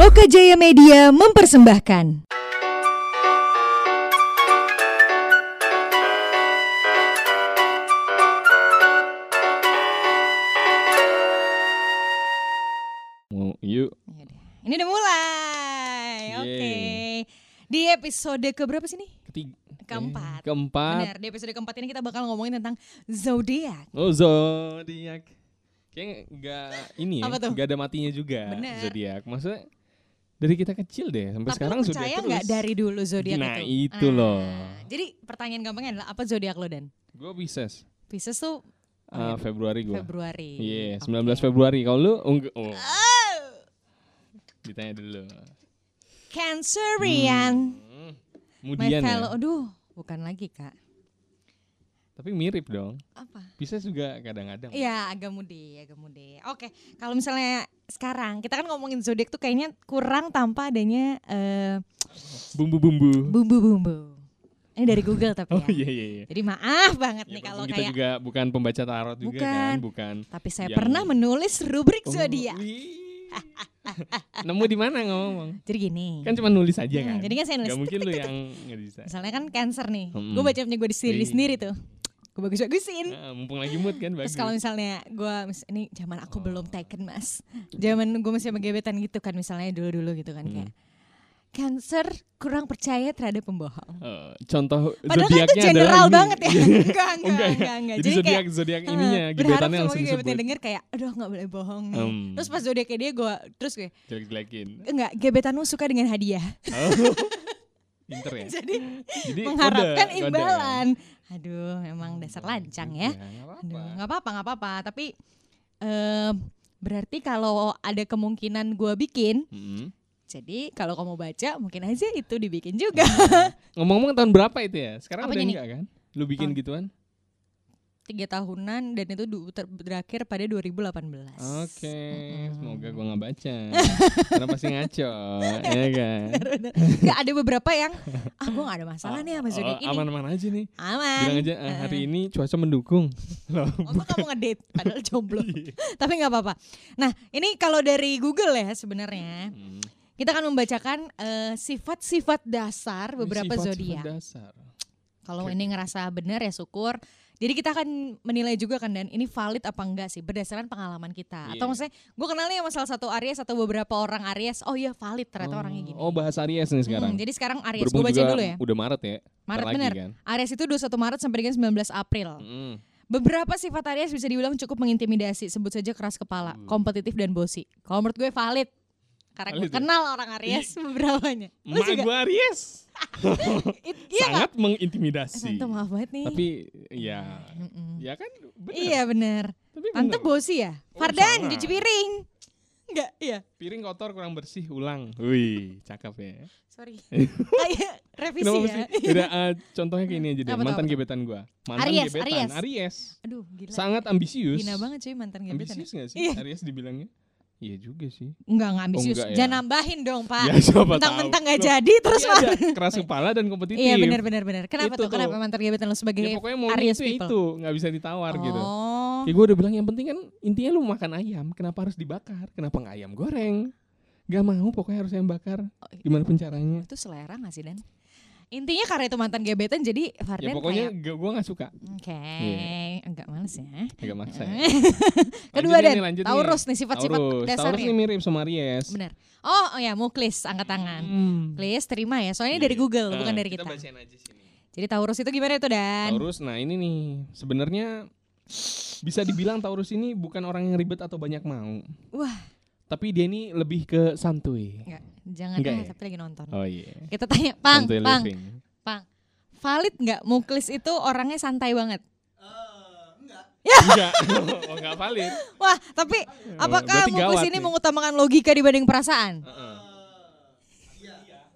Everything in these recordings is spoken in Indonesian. Loka Jaya Media mempersembahkan. Mau yuk. Ini udah mulai. Oke. Di episode keberapa sih nih? Ketiga. Keempat. Keempat. Benar, di episode keempat ini kita bakal ngomongin tentang zodiak. Oh zodiak. Kayaknya nggak ini ya, Apa tuh? nggak ada matinya juga Bener. zodiak. Maksudnya dari kita kecil deh sampai Tapi sekarang lu sudah percaya terus. nggak dari dulu zodiak Nah, itu? Ah. itu loh. Jadi pertanyaan gampangnya adalah apa zodiak lo dan? Gue Pisces. Pisces tuh Ah, Februari Oh, gue. iya. Februari. Iya, Oke. 19 Februari. Kalau lu ungg- oh. Ditanya dulu. Cancerian. My Kemudian fellow, Hmm, ya. aduh, bukan lagi kak. Tapi mirip dong. Apa? Pisces juga kadang-kadang. Iya, agak mude, agak mude. Oke, kalau misalnya sekarang kita kan ngomongin zodiak tuh kayaknya kurang tanpa adanya eh, Bumbu-bumbu. bumbu-bumbu. Ini dari Google tapi Oh ya. iya iya iya. Jadi maaf banget Ya, nih kalau kita kayak. juga bukan pembaca tarot juga Bukan. kan, bukan. Tapi saya yang- pernah menulis rubrik zodiak. Oh, wih. Nemu di mana ngomong? Jadi gini. Kan cuma nulis aja Hmm, kan. jadi kan saya nulis, Gak tik, mungkin tik, lu tik, yang nggak bisa. Misalnya kan cancer nih. Mm-mm. Gue baca punya gue sendiri Iya. sendiri tuh. Gue bagus-bagusin. Nah, mumpung lagi mood kan bagus. Terus kalau misalnya gue ini zaman aku belum taken mas, zaman gue masih sama gebetan gitu kan misalnya dulu-dulu gitu kan Hmm. kayak cancer kurang percaya terhadap pembohong. Eh, contoh Padahal kan itu zodiaknya general adalah ini. banget ya. enggak, enggak, enggak, enggak, ya? enggak, enggak. Jadi, zodiak zodiak eh, ininya berharap gebetannya semoga langsung gebetan disebut. denger kayak gitu aduh nggak boleh bohong nih. Hmm. Terus pas zodiaknya dia gue terus gue Jelek-jelekin. enggak gebetanmu suka dengan hadiah. Oh. Pinter ya. Jadi Jadi mengharapkan kode, kode. imbalan. Aduh, memang dasar lancang ya. nggak apa-apa. Aduh, nggak apa-apa, nggak apa-apa. Tapi eh berarti kalau ada kemungkinan gua bikin, Mm-mm. jadi kalau kamu baca mungkin aja itu dibikin juga. Ngomong-ngomong tahun berapa itu ya? Sekarang Apanya udah nih? enggak kan? Lu bikin Tahun. gituan? Tiga tahunan dan itu du- ter- berakhir pada 2018. Oke, Mm-mm. semoga gua nggak baca. Karena pasti ngaco, ya kan? Bener-bener. Nggak, ada beberapa yang ah gua gak ada masalah nih sama zodiak Oh, ini. Aman-aman aja nih. Aman. Bilang aja "Ah, hari ini cuaca mendukung. Loh, Oh, gua kamu ngedate padahal jomblo. Iya. Tapi nggak apa-apa. Nah, ini kalau dari Google ya sebenarnya. Hmm. Kita akan membacakan eh, sifat-sifat dasar beberapa Sifat-sifat zodiak. dasar. Kalau Oke. ini ngerasa benar ya syukur. Jadi kita akan menilai juga kan dan ini valid apa enggak sih berdasarkan pengalaman kita. Atau Iya. maksudnya gue kenal nih sama salah satu Aries atau beberapa orang Aries. Oh iya valid ternyata orangnya gini. Oh, bahasa Aries Hmm, nih sekarang. jadi sekarang Aries Berhubung gue baca juga dulu ya. Udah Maret ya. Bentar Maret lagi bener. Kan? Aries itu 21 Maret sampai dengan 19 April. Mm. Beberapa sifat Aries bisa dibilang cukup mengintimidasi, sebut saja keras kepala, Hmm. kompetitif dan bosi. Kalau menurut gue valid. Karena gue Valid ya? kenal orang Aries beberapanya. Lu Mak juga. gua Aries. It- iya nggak? Eh, Sangat mengintimidasi. Tante maaf banget nih. Tapi ya Mm-mm. ya kan bener. Iya benar. Tapi Tante bener. bosi ya? Oh, Fardan, sangat. cuci piring. Enggak, iya. Piring kotor kurang bersih ulang. Wih, cakep ya. Sorry. Kayak revisi Kenapa ya. mesti? Udah eh, contohnya kayak ini aja deh. Apa tuh, apa mantan tuh? gebetan gua. Mantan Aries, gebetan Aries. Aries. Aduh, gila. Sangat ambisius. Gina banget cuy mantan gebetan. ya. Ambisius gak sih? Iya. Aries dibilangnya? Iya juga sih. Enggak, enggak ambisius. enggak ya. Jangan nambahin dong, Pak. Ya siapa Ah, Mentang-mentang tahu. enggak Loh, jadi terus Iya, malah. ada keras kepala dan kompetitif. Iya, benar benar benar. Kenapa Itu tuh? Kenapa tuh. mantan gebetan lo sebagai Ya, pokoknya mau Aries itu ya people? itu nggak bisa ditawar gitu. Oh. Kayak gue udah bilang yang penting kan intinya lu makan ayam, kenapa harus dibakar? Kenapa nggak ayam goreng? Gak mau pokoknya harus ayam bakar. Oh, iya. Gimana pun caranya? Itu selera gak sih, Dan? Intinya karena itu mantan gebetan jadi Ya Fardan pokoknya kayak gak, gue gak suka. Oke, agak males ya. Agak maksa. ya. Kedua Lanjut Dan, nih, lanjut nih. Taurus nih sifat-sifat Taurus. Taurus dasarnya. ini mirip sama Aries. Benar. Oh, oh ya, muklis angkat tangan. Hmm. Please terima ya. Soalnya ini dari Iya. Google, Nah, bukan dari kita. bacain aja sini. Jadi Taurus itu gimana itu Dan? Taurus, nah ini nih sebenarnya bisa dibilang Taurus ini bukan orang yang ribet atau banyak mau. Wah. Tapi dia ini lebih ke santuy. Enggak, jangan Enggak ah, ya? tapi lagi nonton. Oh iya. Kita tanya Pang, Santuy Pang, living. Pang. Valid nggak muklis itu orangnya santai banget? Enggak. oh, enggak valid. Wah, tapi apakah Hmm. berarti muklis gawat ini nih. mengutamakan logika dibanding perasaan? Heeh.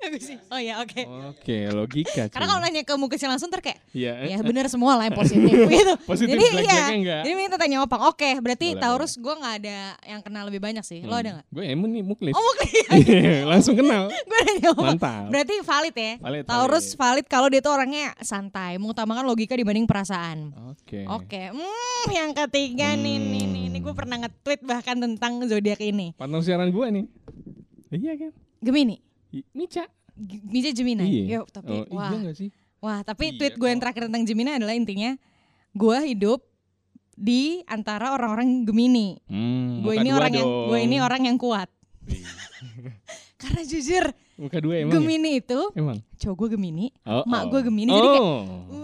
Bagus sih. Oh ya, oke. Oke, logika. Karena kalau nanya ke muklisnya langsung ter kayak ya Iya. benar semua lah yang positif gitu. Positif Jadi jelek-jeleknya iya. enggak. Jadi minta tanya opang. Oke, berarti Boleh, Hmm. Taurus gue nggak ada yang kenal lebih banyak sih. Lo ada nggak? Gue emang nih muklis. Oh muklis. Langsung kenal. gue nanya opang. Mantap. Berarti valid ya? Valid, Taurus valid kalau dia tuh orangnya santai, mengutamakan logika dibanding perasaan. Oke. Oke, hmm, yang ketiga nih, nih, nih, gue pernah nge-tweet bahkan tentang zodiak ini. Partner siaran gue nih. Iya kan? Gemini. I- Mica. G- Bija Gemini. Yo, Iya. Nah, tapi Oh, wah. iya gak sih? Wah, tapi Iya, tweet gue yang kalau- terakhir tentang Gemini adalah intinya gue hidup di antara orang-orang Gemini. Hmm, Gue muka ini dua orang yang dong. gue ini orang yang kuat. Karena jujur Muka dua emang ya? Gemini itu Emang? cowok gue Gemini, Oh, mak oh. gue Gemini, oh. jadi kayak,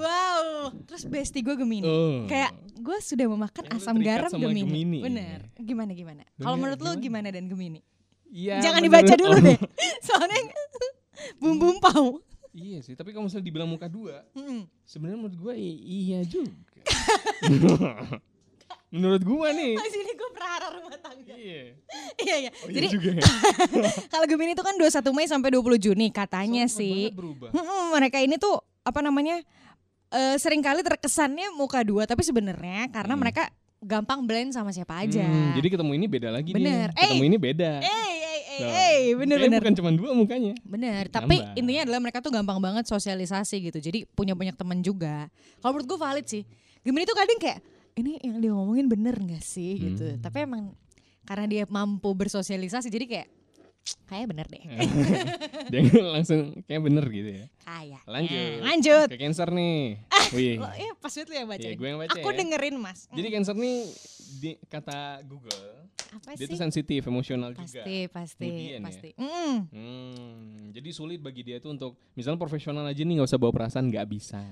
wow. Terus bestie gue Gemini. Oh. Kayak gue sudah memakan Yang lu asam terikat garam sama Gemini. Gemini. Bener. Gimana gimana? Kalau Bener, menurut lu gimana? gimana dan Gemini? Iya, Jangan menurut- dibaca dulu Oh. deh. Soalnya bumbu pau. Hmm. Iya sih, tapi kalau misalnya dibilang muka dua, Mm-mm. sebenarnya menurut gue i- iya juga. menurut gue nih. Di sini gue perhara rumah tangga. Iya. Iya iya. Oh, iya Jadi juga ya. kalau Gemini itu kan 21 Mei sampai 20 Juni katanya Cepet sih. banget berubah. Mm-mm, mereka ini tuh apa namanya? eh, seringkali terkesannya muka dua tapi sebenarnya karena Hmm. mereka mereka gampang blend sama siapa aja. Hmm, jadi ketemu ini beda lagi Bener. dia. Ketemu Eh. ini beda. eh eh eh Nah, eh bener Kayaknya bener. Bukan Iya, cuma dua mukanya. Bener, tapi Nambah. intinya adalah mereka tuh gampang banget sosialisasi gitu. Jadi punya banyak temen juga. Kalau menurut gue valid sih. Gemini tuh kadang kayak ini yang dia ngomongin bener gak sih gitu. Hmm. Tapi emang karena dia mampu bersosialisasi jadi kayak kayak bener deh. Iya. Jangan langsung kayak bener gitu ya. Kayak. Lanjut. Ah, Eh, Lanjut. Ke cancer nih. Wih. Lo, ya pas banget lu yang baca. Iya, gue yang baca Aku ya. dengerin mas. Eh, Jadi cancer nih di, kata Google, Apa dia sih? tuh sensitif, emosional juga. Pasti, pasti, Kemudian ya. pasti. Mm. Hmm, jadi sulit bagi dia tuh untuk misalnya profesional aja nih nggak usah bawa perasaan nggak bisa.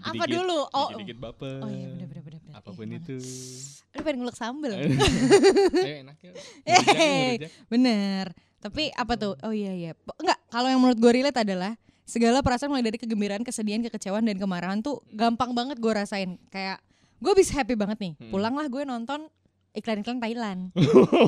Apa dulu? Oh, dikit baper. oh iya bener bener bener. bener. Apapun Iya, itu. banget. Aduh pengen ngulek sambel. Ayo enak ya. Ngerujak nih, Hey. ngerujak. Bener. Tapi apa tuh? Oh iya iya. Po- Enggak, kalau yang menurut gue relate adalah segala perasaan mulai dari kegembiraan, kesedihan, kekecewaan dan kemarahan tuh gampang banget gue rasain. Kayak gue bisa happy banget nih. Hmm. Pulanglah gue nonton iklan-iklan Thailand.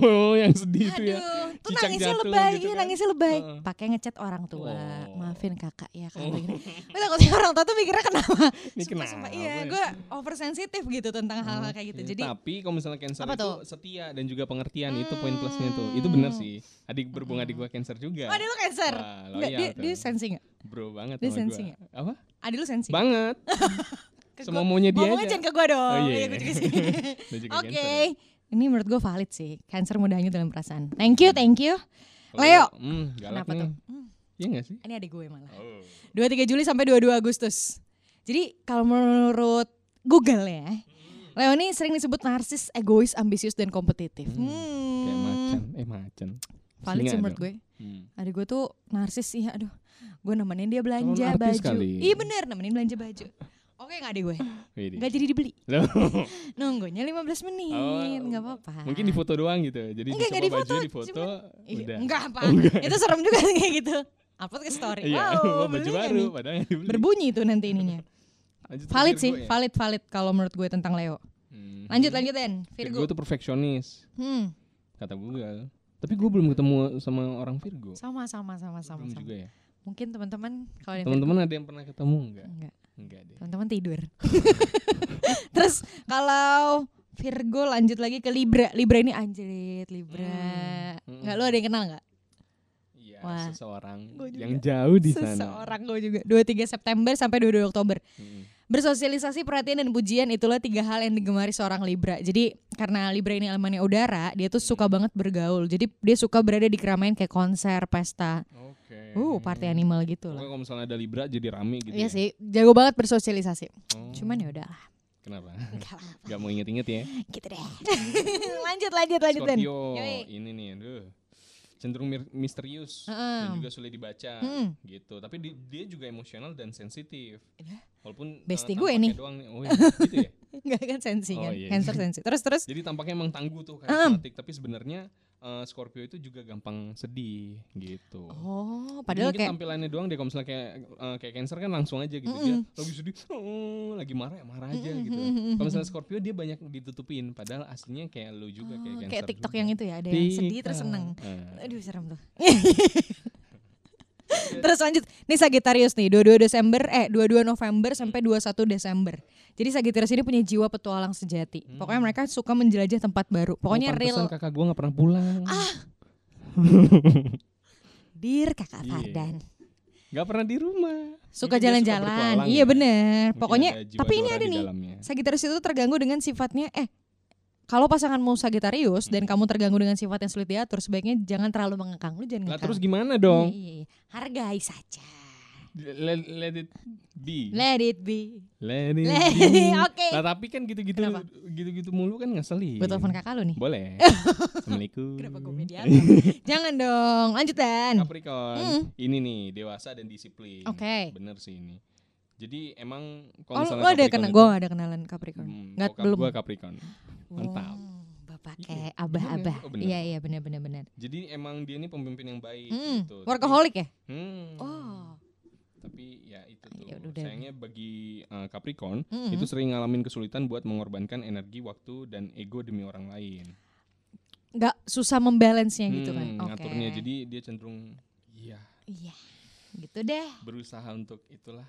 Oh, yang sedih itu ya. Aduh, tuh Cicak nangisnya jatuh lebay, gitu iya, kan. nangisnya lebay. Heeh. Pakai ngechat orang tua. Oh. Maafin kakak ya kalau Oh. begini. Gue takutnya orang tua tuh mikirnya kenapa? Ini Sumpah, kenapa Oh, sumpah. Iya, ya? gue oversensitif gitu tentang hal-hal kayak gitu. Oke, Jadi tapi kalau misalnya cancer Apa itu tuh? Ah. setia dan juga pengertian itu poin plusnya tuh. Itu benar sih. Adik berhubung adik gua cancer juga. Oh, ada lu cancer. ya. Wah, iya, Enggak, loyal dia, tuh. dia sensi gak? Bro banget dia sama sensi gua. nggak? Apa? Ada lu sensi? Banget. Ke Semua gua- maunya dia Ngomongnya aja. jangan ke gue dong. Oh, iya, Iya, iya. gua juga sih. Lu juga Oke. cancer. Ini menurut gue valid sih. Cancer mudah hanyut dalam perasaan. Thank you, thank you. Kalau- Leo. Hmm, galak Kenapa nih. tuh? Hmm, Iya nggak sih? ini adik gue malah. Oh. 23 Juli sampai 22 Agustus. Jadi kalau menurut Google ya, Leo ini sering disebut narsis, egois, ambisius, dan kompetitif. Hmm, Hmm. Kayak macan, eh macan. Valid Singa sih menurut dong. gue. Hmm. Adik gue tuh narsis sih, aduh. Gue nemenin dia belanja Terlalu narsis baju. kali. Iya bener, nemenin belanja baju. Oke nggak adik gue? Widih. Gak jadi dibeli. Loh, Nunggunya 15 menit, Oh, nggak apa-apa. Mungkin di foto doang gitu. Jadi Enggak, dicoba enggak di baju, foto, di foto, cuman- Iya, udah. Oh, Enggak apa. Itu serem juga sih kayak gitu. Upload ke story. Iya, wow, mau baju beli nggak baru nih? padahal nggak dibeli. Berbunyi itu nanti ininya. Lanjut ke Valid Virgo sih, ya? valid valid kalau menurut gue tentang Leo. Hmm. Lanjut lanjut Den, Virgo. Virgo. tuh perfeksionis, Hmm, kata Google. Tapi gue belum ketemu sama orang Virgo. sama sama sama sama. belum sama. juga ya. Mungkin teman-teman kalau ada yang Teman-teman ada yang pernah ketemu Virgo- nggak? enggak, Enggak deh. teman-teman tidur. Terus kalau Virgo lanjut lagi ke Libra. Libra ini anjrit, Libra. Hmm, hmm. Enggak lu ada yang kenal enggak? Iya, Wah. seseorang Gua juga. yang jauh di sana. Seseorang gue juga. 23 September sampai 22 Oktober. Hmm. Bersosialisasi, perhatian dan pujian itulah tiga hal yang digemari seorang Libra. Jadi karena Libra ini elemennya udara, dia tuh suka banget bergaul. Jadi dia suka berada di keramaian kayak konser, pesta, Oke. uh party animal gitu Pokoknya lah. kalau misalnya ada Libra jadi rame gitu. Iya ya. sih, jago banget bersosialisasi. Oh, Cuman ya udahlah, Kenapa? enggak apa-apa, Gak mau inget-inget ya. gitu deh. lanjut, lanjut, lanjut Den. Scorpio Yoi. ini nih, aduh. Cenderung mir- misterius dan Heeh. juga sulit dibaca Mm. gitu. Tapi di- dia juga emosional dan sensitif. Iya. Walaupun eh, Bestie gue nih. tampaknya doang Oh, iya, gitu ya. Enggak kan sensi Oh, kan, iya. cancer sensi. Terus terus. Jadi tampaknya emang tangguh tuh karismatik, tapi sebenarnya eh, Scorpio itu juga gampang sedih gitu. Oh, Jadi padahal mungkin kayak tampilannya doang deh kalau misalnya kayak eh, kayak Cancer kan langsung aja gitu dia lagi sedih, "Oh," lagi marah ya marah aja Mm-mm, gitu. mm-mm, Kalau misalnya Scorpio dia banyak ditutupin padahal aslinya kayak lu juga oh, kayak Cancer. kayak TikTok juga. yang itu ya, ada yang sedih terus TikTok. seneng. Eh. Aduh serem tuh. Terus lanjut, ini Sagittarius nih, 22 Desember eh 22 November sampai 21 Desember. Jadi Sagittarius ini punya jiwa petualang sejati. Pokoknya mereka suka menjelajah tempat baru. Pokoknya Hmm. Oh, pantesan real Ah. kakak gua nggak pernah pulang dir Kakak Iya. Fardan. nggak pernah di rumah Suka Mungkin dia jalan-jalan. bertualang Iya ya. bener Mungkin Pokoknya ada jiwa tapi ini dora ada di nih. dalamnya. Sagittarius itu terganggu dengan sifatnya eh kalau pasanganmu Sagittarius dan Hmm. kamu terganggu dengan sifat yang sulit diatur, sebaiknya jangan terlalu mengekang. Lu jangan Lah ngekang. terus gimana dong? Iya, iya, iya. Hargai saja. Let, let it be. Let it be. Let it Let- be. Oke. Lah tapi kan gitu-gitu Kenapa? gitu-gitu mulu kan ngeselin. Gue telepon kakak lu nih. Boleh. Assalamualaikum. Kenapa gue mediator? Jangan dong, lanjutan. Capricorn. Mm. Ini nih dewasa dan disiplin. Oke. Bener sih ini. Jadi emang Oh, kalau misalnya lo ada Capricorn kena itu- gue ada kenalan Capricorn. Hmm, Nggak, bokap belum. gua Capricorn. Mantap. Oh, bapak Iya, kayak bener abah-abah. nggak sih? Oh, bener. Iya iya benar benar benar. Jadi emang dia ini pemimpin yang baik Hmm, gitu. Tapi- workaholic ya? Hmm. Oh. Tapi ya itu Ah, tuh. ya udah, udah. Sayangnya bagi eh, Capricorn Mm-mm. itu sering ngalamin kesulitan buat mengorbankan energi, waktu dan ego demi orang lain. nggak susah membalance-nya gitu kan. Hmm, Oke. Ngaturnya jadi dia cenderung iya Iya. Gitu deh. berusaha untuk itulah.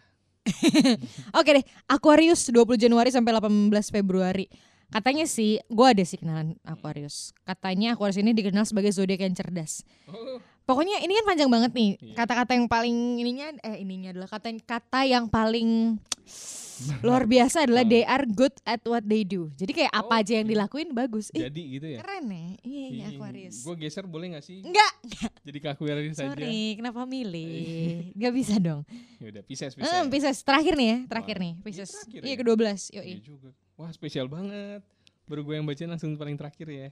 Oke deh, Aquarius 20 Januari sampai 18 Februari. Katanya sih, gua ada sih kenalan Aquarius. Katanya Aquarius ini dikenal sebagai zodiak yang cerdas. Oh, Pokoknya ini kan panjang banget nih. Iya. Kata-kata yang paling ininya eh ininya adalah kata kata yang paling luar biasa adalah Nah. they are good at what they do. Jadi kayak apa aja yang Oke. dilakuin bagus. Ih, Oh, iya. jadi gitu ya. keren ya. Iya, iya Aquarius. Gue geser boleh gak sih? Enggak, Jadi ke Aquarius saja. Iya. sorry, kenapa milih? Gak bisa dong. Ya udah, Pisces, Pisces. Pisces. Pisces terakhir nih ya, terakhir Wah, nih ini Pisces. terakhir Iya ya? ke-12. Yoi. Iya juga. Wah, spesial banget. Baru gue yang bacain langsung paling terakhir ya.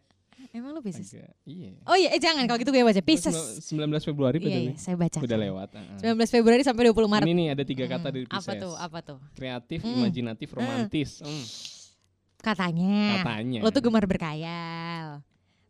Emang lu Pisces? Agak, iya. Oh iya, eh, jangan kalau gitu gue baca Pisces. 19 Februari Iya, PDW. iya, saya baca. ya, Udah lewat. ah, ah. 19 Februari sampai 20 Maret. Ini nih ada tiga kata Hmm, dari Pisces. Apa tuh? Apa tuh? Kreatif, Hmm. imajinatif, romantis. Hmm, Katanya. katanya. Lo tuh gemar berkayal.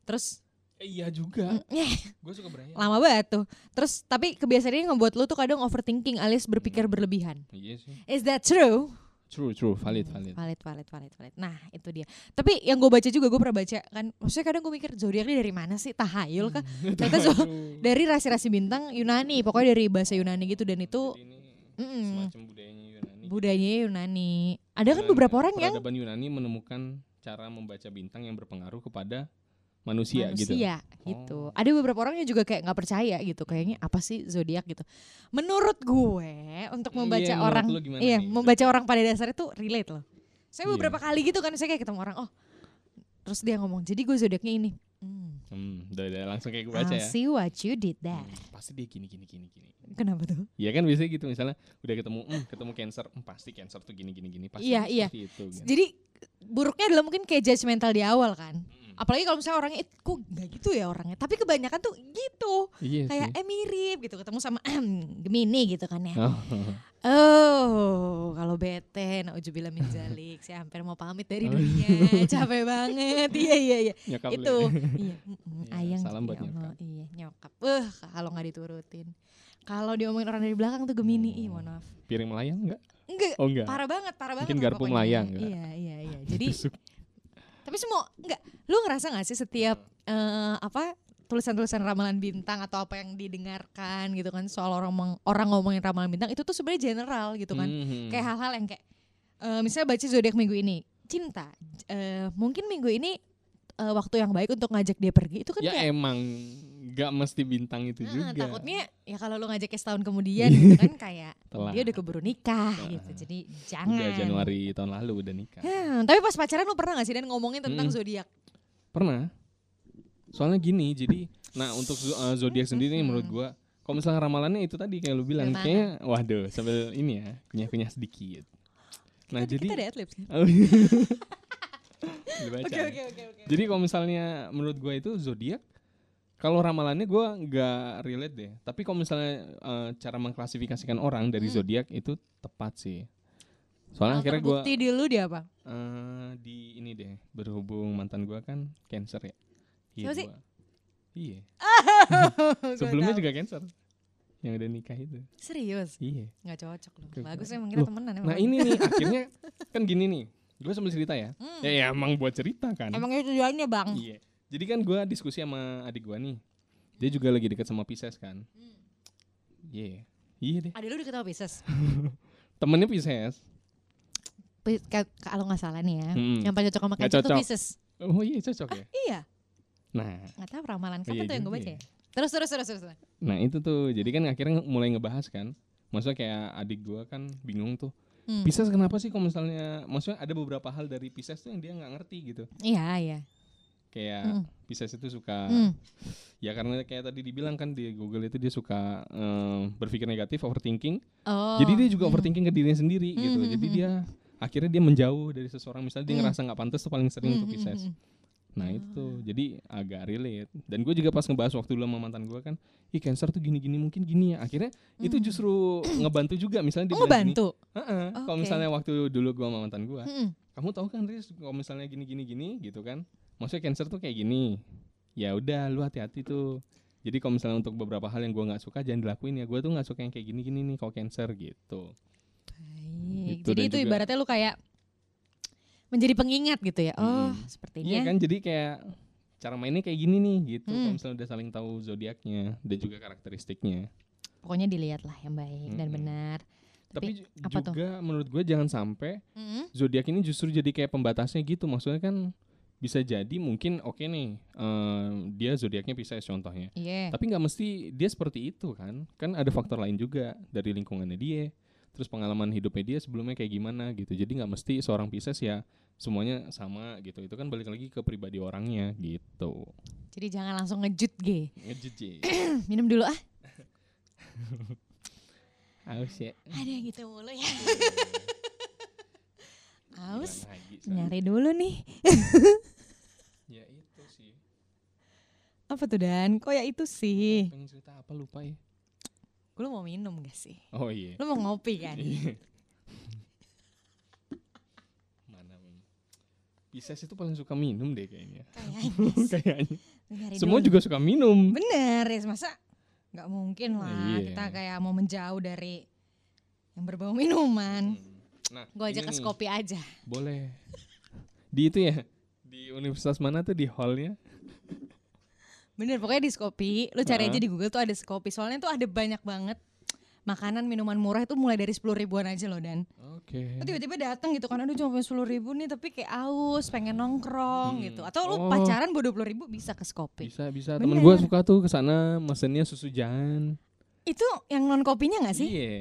Terus Eh, iya juga. mm, eh, Gue suka berayal. lama banget tuh. Terus tapi kebiasaannya ngebuat lo tuh kadang overthinking alias berpikir berlebihan. Iya sih. Is that true? True, true, valid, valid. Valid, valid, valid, valid. Nah, itu dia. Tapi yang gue baca juga gue pernah baca kan. Maksudnya kadang gue mikir zodiak ini dari mana sih? Tahayul kah? Hmm. Ternyata so- Aduh. dari rasi-rasi bintang Yunani, pokoknya dari bahasa Yunani gitu dan itu Jadi ini mm-mm, semacam budayanya Yunani. budayanya Yunani. Ada kan Yunani- beberapa orang yang peradaban Yunani menemukan cara membaca bintang yang berpengaruh kepada manusia, gitu. manusia gitu. Ada beberapa orang yang juga kayak nggak percaya gitu, kayaknya apa sih zodiak gitu. Menurut gue untuk Iya, membaca menurut orang lu gimana iya, nih? membaca orang pada dasarnya tuh relate loh. Saya Iya. beberapa kali gitu kan saya kayak ketemu orang, oh terus dia ngomong, jadi gue zodiaknya ini. Hmm, Hmm, udah, udah, langsung kayak gue baca I ya. see what you did there. Hmm, pasti dia gini gini gini gini. Kenapa tuh? Iya kan biasanya gitu misalnya udah ketemu hmm, ketemu cancer, hmm, pasti cancer tuh gini gini gini, pasti Iya, dia iya. seperti itu. Gitu. Jadi buruknya adalah mungkin kayak judgmental di awal kan. Mm. Apalagi kalau misalnya orangnya "Ih, kok gak gitu ya orangnya. Tapi kebanyakan tuh gitu. Iya Kayak eh mirip gitu ketemu sama Gemini gitu kan ya. sih. Oh, Oh, kalau bete, naujubillah min zalik. Saya hampir mau pamit dari Oh. dunia. Capek banget. Iya, iya, iya. nyokap lu Itu. ya. Iya, mm-mm, Iya, ayang salam buat ya Allah. Iya, nyokap. Eh, kalau nggak diturutin. Kalau diomongin orang dari belakang tuh Gemini. Ih, mohon maaf. Piring melayang enggak? Enggak, Oh enggak. parah banget, parah banget. Mungkin lah garpu pokoknya. melayang, ya. enggak? Iya, iya, iya. Jadi Tusuk. tapi semua enggak, lu ngerasa nggak sih setiap eh, apa tulisan-tulisan ramalan bintang atau apa yang didengarkan gitu kan soal orang meng- orang ngomongin ramalan bintang itu tuh sebenarnya general gitu kan. Mhm. Kayak hal-hal yang kayak eh, misalnya baca zodiak minggu ini, cinta. J- eh, mungkin minggu ini eh, waktu yang baik untuk ngajak dia pergi itu kan ya kayak emang enggak mesti bintang "Ah, itu Gitu juga. takutnya ya kalau lu ngajaknya setahun kemudian gitu kan kayak Telat. dia udah keburu nikah Ah. gitu. Jadi jangan. Udah Januari tahun lalu udah nikah. Hmm, tapi pas pacaran lu pernah gak sih dan ngomongin tentang Mm-mm. zodiak? Pernah. Soalnya gini, jadi nah untuk zo- eh, zodiak sendiri nih menurut gua kalau misalnya ramalannya itu tadi kayak lu bilang Gimana? kayaknya waduh sambil ini ya, kunyah-kunyah sedikit. Nah, Kita- jadi kita ada adlibs kan? Oh, iya. Dibaca. Oke oke oke oke. Jadi kalau misalnya menurut gue itu zodiak, kalau ramalannya gue nggak relate deh. Tapi kalau misalnya eh, cara mengklasifikasikan orang dari Hmm. zodiak itu tepat sih. Hal Soalnya akhirnya gue terbukti di lu dia apa? di ini deh berhubung mantan gue kan cancer ya. Siapa sih? dua. Iya. Gua Sebelumnya tahu. juga cancer. Yang udah nikah itu. serius, Iya. nggak cocok lu. Oke, oke. Bagus emang kita Loh, temenan emang. Nah ini nih akhirnya kan gini nih. Gue sambil cerita ya. Hmm. Ya, ya emang buat cerita kan. Emang itu tujuannya bang. Iya. Jadi kan gua diskusi sama adik gua nih. Dia juga lagi dekat sama Pisces kan. Hmm. Iya. Iya deh. Ada lu diketahui Pisces. Temennya Pisces. Pi- ka- Kalau nggak salah nih ya, Hmm. yang paling cocok sama Nggak Cancer tuh cocok. Pisces. Oh iya cocok ya. Iya, Nah, nggak tahu ramalan iya kapan tuh yang gue juga baca. ya? ya. Terus terus terus terus. terus. nah itu tuh. Jadi kan akhirnya nge- mulai ngebahas kan. Maksudnya kayak adik gua kan bingung tuh. Hmm. Pisces kenapa sih kalau misalnya maksudnya ada beberapa hal dari Pisces tuh yang dia nggak ngerti gitu. Iya, iya. Mm. Kayak Pisces itu suka Hmm. ya karena kayak tadi dibilang kan di Google itu dia suka eh, berpikir negatif, overthinking. Oh. Jadi dia juga hmm. overthinking ke dirinya sendiri Hmm, gitu. hmm, Jadi hmm, dia akhirnya dia menjauh dari seseorang misalnya dia Hmm. ngerasa nggak pantas tuh paling sering Hmm, tuh hmm, Pisces. hmm, Ah. Nah itu tuh, jadi agak relate. Dan gue juga pas ngebahas waktu dulu sama mantan gue kan, ih cancer tuh gini-gini mungkin gini ya. Akhirnya itu Hmm. justru ngebantu juga misalnya hmm. dia Oh, bilang gini, ngebantu. "Heeh, Kalau Oke. misalnya waktu dulu gue sama mantan gue, Hmm. kamu tahu kan Riz kalau misalnya gini-gini gini gitu kan, maksudnya cancer tuh kayak gini. Ya udah lu hati-hati tuh. Jadi kalau misalnya untuk beberapa hal yang gue nggak suka jangan dilakuin ya. Gue tuh nggak suka yang kayak gini-gini nih kalau cancer gitu. Baik. Gitu, Jadi dan itu juga- ibaratnya lu kayak menjadi pengingat gitu ya. Oh, Mm-mm. Iya sepertinya. kan jadi kayak cara mainnya kayak gini nih gitu kalau Hmm. misalnya udah saling tahu zodiaknya dan juga karakteristiknya. Pokoknya dilihat lah yang baik dan Mm-mm. benar. Tapi, Tapi, ju- apa tuh? juga menurut gue jangan sampai Mm-mm. zodiak ini justru jadi kayak pembatasnya gitu. Maksudnya kan bisa jadi mungkin oke nih em, dia zodiaknya Pisces contohnya. Iya. Tapi nggak mesti dia seperti itu kan. Kan ada faktor lain juga dari lingkungannya dia, terus pengalaman hidupnya dia sebelumnya kayak gimana gitu. Jadi nggak mesti seorang Pisces ya semuanya sama gitu. Itu kan balik lagi ke pribadi orangnya gitu. Jadi jangan langsung ngejut ge. Ngejijik. Minum dulu ah. Aus ya. Ada yang gitu mulu ya. Aus. Bilang lagi, San. Nyari dulu nih. Ya itu sih. Apa tuh Dan? Kok ya itu sih? Pengen cerita apa lupa ya? Gue mau minum gak sih? Oh iya. Lu mau ngopi kan? Iya. Mana Mim? Pisces itu paling suka minum deh kayaknya. Kayaknya sih. kayaknya. Lu nyari Semua dulu. juga suka minum. Bener ya masa nggak mungkin lah Iya. kita kayak mau menjauh dari yang berbau minuman. Hmm. Nah, Gue ajak ini ke nih, Skopi aja. Boleh. Di itu ya? Di universitas mana tuh di hallnya? Bener pokoknya di Skopi, lu cari Heeh. aja di Google tuh ada Skopi. Soalnya tuh ada banyak banget makanan minuman murah itu mulai dari sepuluh ribuan aja loh dan Oke. Lu tiba-tiba datang gitu kan aduh cuma sepuluh ribu nih tapi kayak aus pengen nongkrong Hmm. gitu atau lu Oh. pacaran bawa dua ribu bisa ke Skopi Bisa bisa Bener. temen gue suka tuh kesana mesennya susu jahan. itu yang non kopinya nggak sih Iya.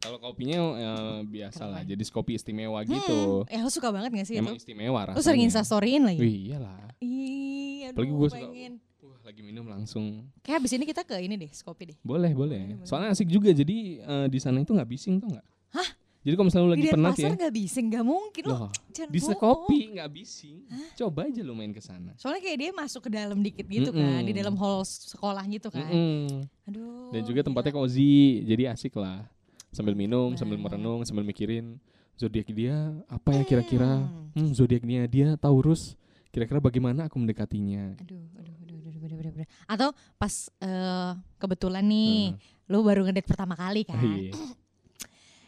Kalau kopinya eh, biasa lah, Kenapa? jadi kopi istimewa Hmm. gitu. ya lu suka banget nggak sih itu Emang istimewa lu rasanya. sering instastoryin lagi Wih, iyalah. Iya, Apalagi aduh, gua suka- pengen. Wah, lagi minum langsung. Kayak abis ini kita ke ini deh, Skopi deh. Boleh, Boleh, boleh. boleh. Soalnya asik juga, jadi eh, di sana itu nggak bising tuh nggak? Hah? Jadi kalau misalnya lu lagi di penat pasar ya, nggak bising, nggak mungkin loh. loh, di sekopi nggak bising. Coba aja lu main ke sana. Soalnya kayak dia masuk ke dalam dikit gitu kan, di Mm-mm. dalam hall sekolah gitu kan. Mm-mm. Aduh. ya Dan juga tempatnya gila. cozy, jadi asik lah. Sambil minum, sambil Banget. merenung, sambil mikirin zodiak dia apa ya kira-kira? Nah. Hmm. Hmm, zodiaknya dia Taurus. Kira-kira bagaimana aku mendekatinya? Aduh, aduh, aduh, aduh, aduh, aduh, aduh. Atau pas eh, kebetulan nih, lu baru ngedate pertama kali kan. Iya.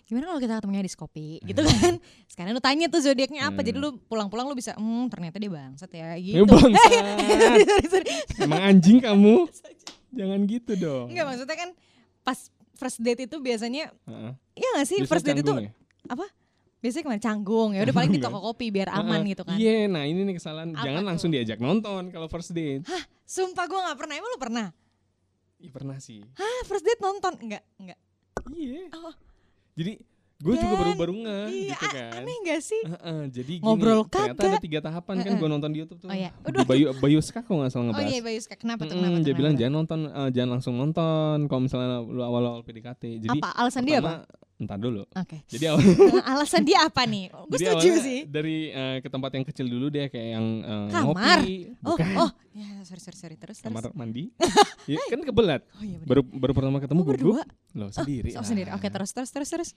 Gimana kalau kita ketemunya di Skopi gitu kan? Sekarang lu tanya tuh zodiaknya apa, Hmm. jadi lu pulang-pulang lu bisa, hmm ternyata dia bangsat ya Eh gitu. bangsat. Sorry, sorry, sorry. Emang anjing kamu? Jangan gitu dong. Enggak maksudnya kan pas first date itu biasanya Heeh. Iya gak sih Biasanya first date itu canggung ya? biasanya kemana canggung ya udah paling di toko Canggung kopi biar aman Heeh. gitu kan. Iya, nah ini nih kesalahan. Apa Jangan tuh? langsung diajak nonton kalau first date. Sumpah gue nggak pernah emang lu pernah? Iya pernah sih. Ah first date nonton enggak enggak. Iya. Oh. Jadi gue juga Dan- baru-baru nge iya gitu a- kan. aneh gak sih? Heeh, jadi gini, Ngobrol ternyata ada kagak. tiga tahapan kan Heeh. gue nonton di YouTube tuh. Oh iya. Di Aduh. Bayu Bayu Ska kalau nggak salah Oh ngebahas. iya Bayu Ska, kenapa tuh Mm-mm, kenapa? tuh, dia kenapa bilang tuh? jangan nonton, eh, jangan langsung nonton kalau misalnya lu awal-awal PDKT. Jadi apa alasan dia apa? pertama- Entar dulu. Oke. Jadi awal Eh, alasan dia apa nih? Gue Jadi setuju awalnya sih. Dari eh, ke tempat yang kecil dulu deh kayak yang eh, Kamar? ngopi, Oh bukan, oh ya sorry sorry sorry terus terus. kamar mandi. ya, kan kebelat. Oh iya benar. Baru baru pertama ketemu Oh, gugup. berdua. Loh, sendiri. Oh lah. sendiri. Oke terus terus terus terus.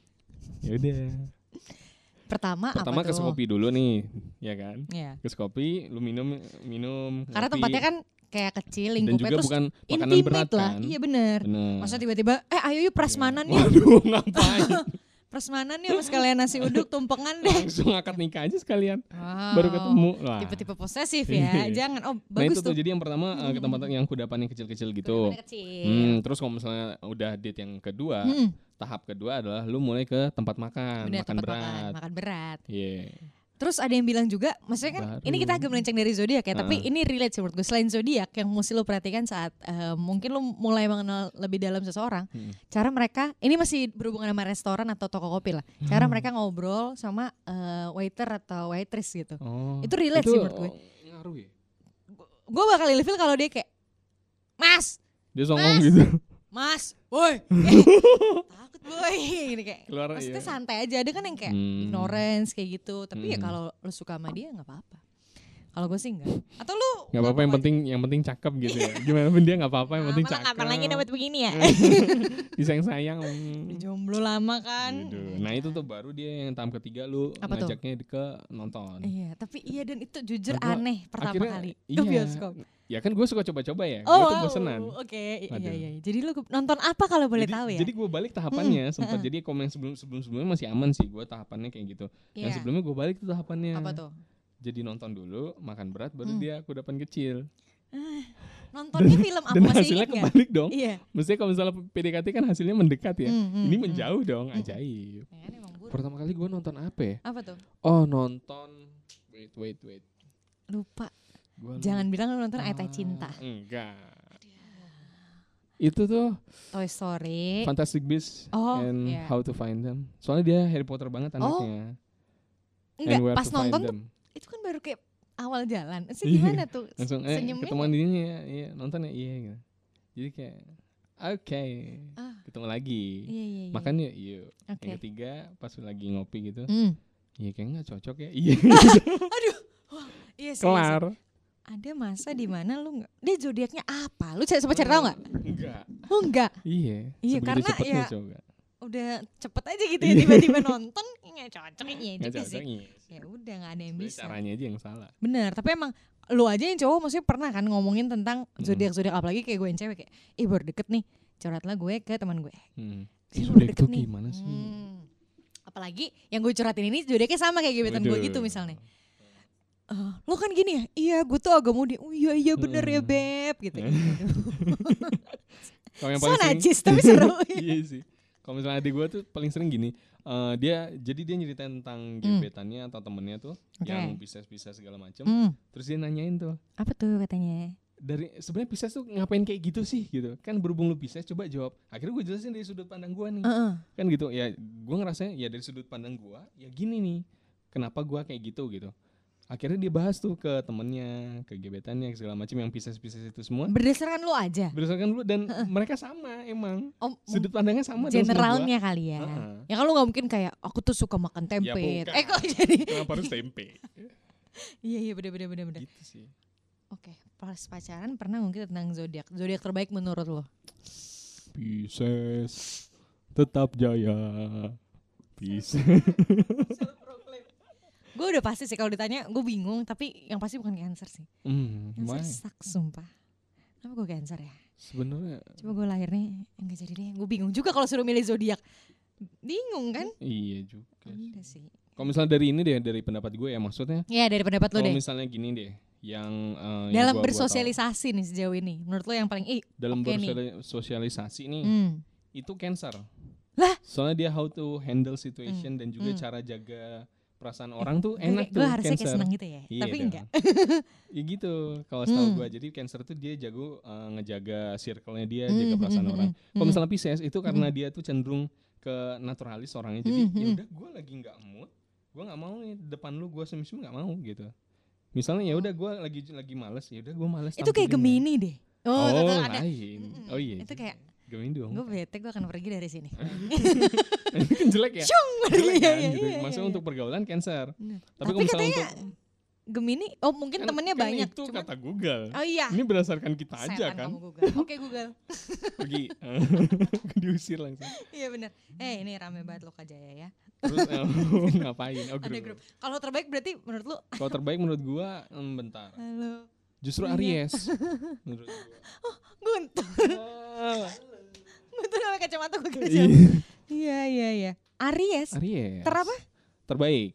Ya udah. Pertama, Pertama apa ke tuh? kopi dulu nih, ya kan? Iya. Ke kopi, lu minum minum. Karena ngopi. tempatnya kan kayak kecil dan lingkupnya juga terus bukan makanan berat intimate lah. kan. Iya. Iya bener. Bener. Masa tiba-tiba eh ayo yuk prasmanan yuk. Waduh, ngapain? Prasmanan nih sama sekalian nasi uduk tumpengan deh. Langsung akad nikah aja sekalian. Wow. Baru ketemu. Wah. Oh, Tipe-tipe posesif ya. Iya. Jangan. Oh, Nah bagus itu tuh. tuh Hmm. jadi yang pertama eh, ke tempat yang kudapan yang kecil-kecil gitu. Kudapannya kecil. Hmm, terus kalau misalnya udah date yang kedua, ya. Hmm, tahap kedua adalah lu mulai ke tempat makan, bener, makan tempat berat. makan, makan berat. Iya. Terus ada yang bilang juga, maksudnya kan ini Baru. Ah. kita agak melenceng dari zodiak ya, tapi Ha-ha. ini relate sih menurut gue. Selain zodiak yang mesti lo perhatikan saat eh, mungkin lo mulai mengenal lebih dalam seseorang, Hmm. cara mereka ini masih berhubungan sama restoran atau toko kopi lah. Cara Hmm. mereka ngobrol sama eh, waiter atau waitress gitu. Oh. Itu relate sih menurut gue. oh, Ngaruh ya. Gue bakal ilfil kalau dia kayak, Mas, Dia songong Mas. gitu. Mas, boy, takut boy, gini kayak. Keluar Maksudnya iya. santai aja, ada kan yang kayak Hmm. ignorance kayak gitu. Tapi ya Hmm. kalau lo suka sama dia nggak apa-apa. Kalau gue sih enggak. Atau lu Gak apa-apa yang penting yang penting cakep gitu ya. Gimana pun dia gak apa-apa yang Ah, penting malah cakep. Eh. kapan lagi dapat begini ya? Disayang-sayang. Udah jomblo lama kan. Aduh. Nah itu tuh baru dia yang tahap ketiga lu Apa tuh? ngajaknya ke nonton. Iya, tapi iya dan itu jujur Nah, gua aneh pertama akhirnya- kali ke iya. bioskop. Ya kan gue suka coba-coba ya. Oh, gue tuh wow, bosenan. Oke, i- iya Aduh. iya. Jadi lu ke- nonton apa kalau boleh jadi, tahu ya? Jadi gue balik tahapannya Mm-mm, sempat. mm-mm. Jadi komen yang sebelum sebelum sebelumnya masih aman sih. Gue tahapannya kayak gitu. Iya. Yang sebelumnya gue balik tuh tahapannya. Apa tuh? Jadi nonton dulu, makan berat, baru Hmm. dia kudapan kecil. Nontonnya film apa Dan masih hasilnya ingat nggak? kebalik dong. Iya. Mestinya kalau misalnya PDKT kan hasilnya mendekat ya. Hmm, hmm, Ini hmm. menjauh dong, Mm. ajaib. Ya kan, emang buruk. Pertama kali gue nonton apa ya? Apa tuh? Oh nonton, wait wait wait. Lupa. Gua Jangan bilang lu nonton lupa. Ayat Ayat Cinta. Ah, Enggak. Itu tuh Toy Story. Fantastic Beasts Eh. Oh, and iya. How to Find Them. Soalnya dia Harry Potter banget Oh, anaknya. Enggak, and where pas to find nonton tuh them. itu kan baru kayak awal jalan. Sih Iya. gimana tuh? S- langsung eh senyumnya ketemuan di sini ya, iya nonton ya iya gitu. Jadi kayak oke, Ah. ketemu lagi. Iya iya iya. Makan yuk, yuk. Oke. Yang ketiga pas lagi ngopi gitu, Mm. iya kayak nggak cocok ya. Iya, Iya sih, iya sih. kelar. Ada masa di mana lu nggak dia zodiaknya apa? Lu cari sempat Hmm. cari tahu nggak? Enggak. Oh enggak. Iya. Iya, sebegitu karena cepetnya ya- coba. Udah cepet aja gitu ya tiba-tiba nonton nggak cocok iya Iya. Nggak juga cocok. sih. Iya. Ya udah nggak ada yang Sebenarnya bisa. Caranya aja yang salah. Bener, tapi emang lu aja yang cowok maksudnya pernah kan ngomongin tentang Mm. zodiak-zodiak apalagi kayak gue yang cewek kayak ih baru deket nih curhatlah gue ke teman gue Hmm. Ih, Terus baru udah deket itu nih. gimana sih? Hmm. Apalagi yang gue curhatin ini zodiaknya sama kayak gebetan gue Waduh. gitu misalnya. Eh, lo kan gini ya, iya gue tuh agak mudi, oh iya iya bener ya Hmm. beb gitu. Kalau yang so paling sering, najis tapi seru. iya sih. Kalau misalnya adik gue tuh paling sering gini, eh, dia jadi dia nyeritain tentang gebetannya atau temennya tuh Hmm. Oke. yang pisah-pisah segala macam. Hmm, Terus dia nanyain tuh apa tuh katanya? dari sebenarnya Pisces tuh ngapain kayak gitu sih gitu kan berhubung lu Pisces coba jawab akhirnya gue jelasin dari sudut pandang gue nih Heeh. kan gitu ya gue ngerasa ya dari sudut pandang gue ya gini nih kenapa gue kayak gitu gitu akhirnya dia bahas tuh ke temennya ke gebetannya ke segala macam yang Pisces-Pisces itu semua Berdasarkan lu aja. berdasarkan lu dan mereka sama emang Om sudut pandangnya sama dong sama gua. Hmm. generalnya kali ya. Heeh. Ya, Ya kan lu gak mungkin kayak aku tuh suka makan tempe. bukan. eh kok jadi? kenapa harus tempe Iya iya bener bener bener bener. gitu sih Oke, pas pacaran pernah ngomongin tentang zodiak. Zodiak terbaik menurut lo? Pisces tetap jaya Pisces Gue udah pasti sih kalau ditanya gue bingung tapi yang pasti bukan cancer sih. hmm, Cancer why? sak sumpah. Kenapa gue cancer ya? sebenarnya Coba gue lahirnya enggak jadi deh. Gue bingung juga kalau suruh milih zodiak. Bingung kan? iya juga sih. Enggak sih. kalau misalnya dari ini deh dari pendapat gue ya maksudnya Ya dari pendapat lo deh. kalau misalnya gini deh yang eh, yang Dalam gua- gua tahu, bersosialisasi nih sejauh ini, menurut lo yang paling ih, dalam oke nih. bersosialisasi nih hmm, itu cancer Lah? soalnya dia how to handle situation dan juga hmm. cara jaga perasaan orang tuh gue- enak gue tuh harusnya kayak cancer seneng gitu ya, Iya tapi dong. enggak. ya gitu kalau setahu Hmm. gua jadi cancer tuh dia jago eh, ngejaga circle-nya dia Hmm, jaga hmm, perasaan hmm, orang hmm, kalau hmm. misalnya Pisces itu karena dia tuh cenderung ke naturalis orangnya jadi Hmm, hmm. ya udah gue lagi nggak mood gue nggak mau nih depan lu gue semisal nggak mau gitu misalnya ya udah gue lagi lagi males ya udah gue males Itu kayak tampilin Gemini deh. ya. oh, Oh, tuh, tuh, ada. lain Mm-mm. oh iya Itu juga. kayak- Gemini dong Gue bete, gue akan pergi dari sini. Ini kan jelek ya jelek Iya, kan iya, gitu iya, maksudnya iya. untuk pergaulan cancer Bener. tapi, Tapi kalau misalnya katanya untuk Gemini, oh mungkin kan- temennya kan banyak. itu cuman- kata Google oh iya. ini berdasarkan kita aja Setan kan kamu Google. Oke Google. pergi diusir langsung Iya benar. Eh ini rame banget Loka Jaya ya. terus eh, ngapain oh, Ada grup. grup. Kalau terbaik berarti menurut lu kalau terbaik menurut gua hmm, bentar halo justru Iya. Aries menurut gua Guntur. Ah, Guntur namanya kacamata gue iya. kacau. Iya iya iya. Aries. Aries Ter apa? terbaik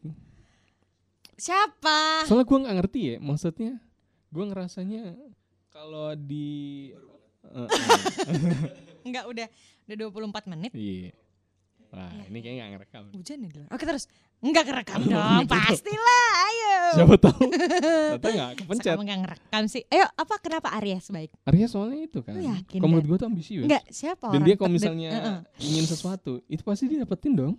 Siapa? soalnya gua nggak ngerti ya maksudnya gua ngerasanya kalau di Eh, eh, Enggak udah udah 24 menit. iya Wah, Iya. ini kayaknya nggak ngerekam. Hujan ya di luar. Oke terus. Enggak ngerekam Aduh, dong, gitu. pastilah. Ayo. Siapa tahu? Ternyata nggak kepencet. Oh. Sama enggak ngerekam sih. Ayo, apa kenapa Aries baik? Arya soalnya itu kan. Lu yakin, Kalau menurut gue tuh ambisius. Enggak, siapa Dan orang? dia kalau terdet- Heeh. misalnya ingin sesuatu, itu pasti dia dapetin dong.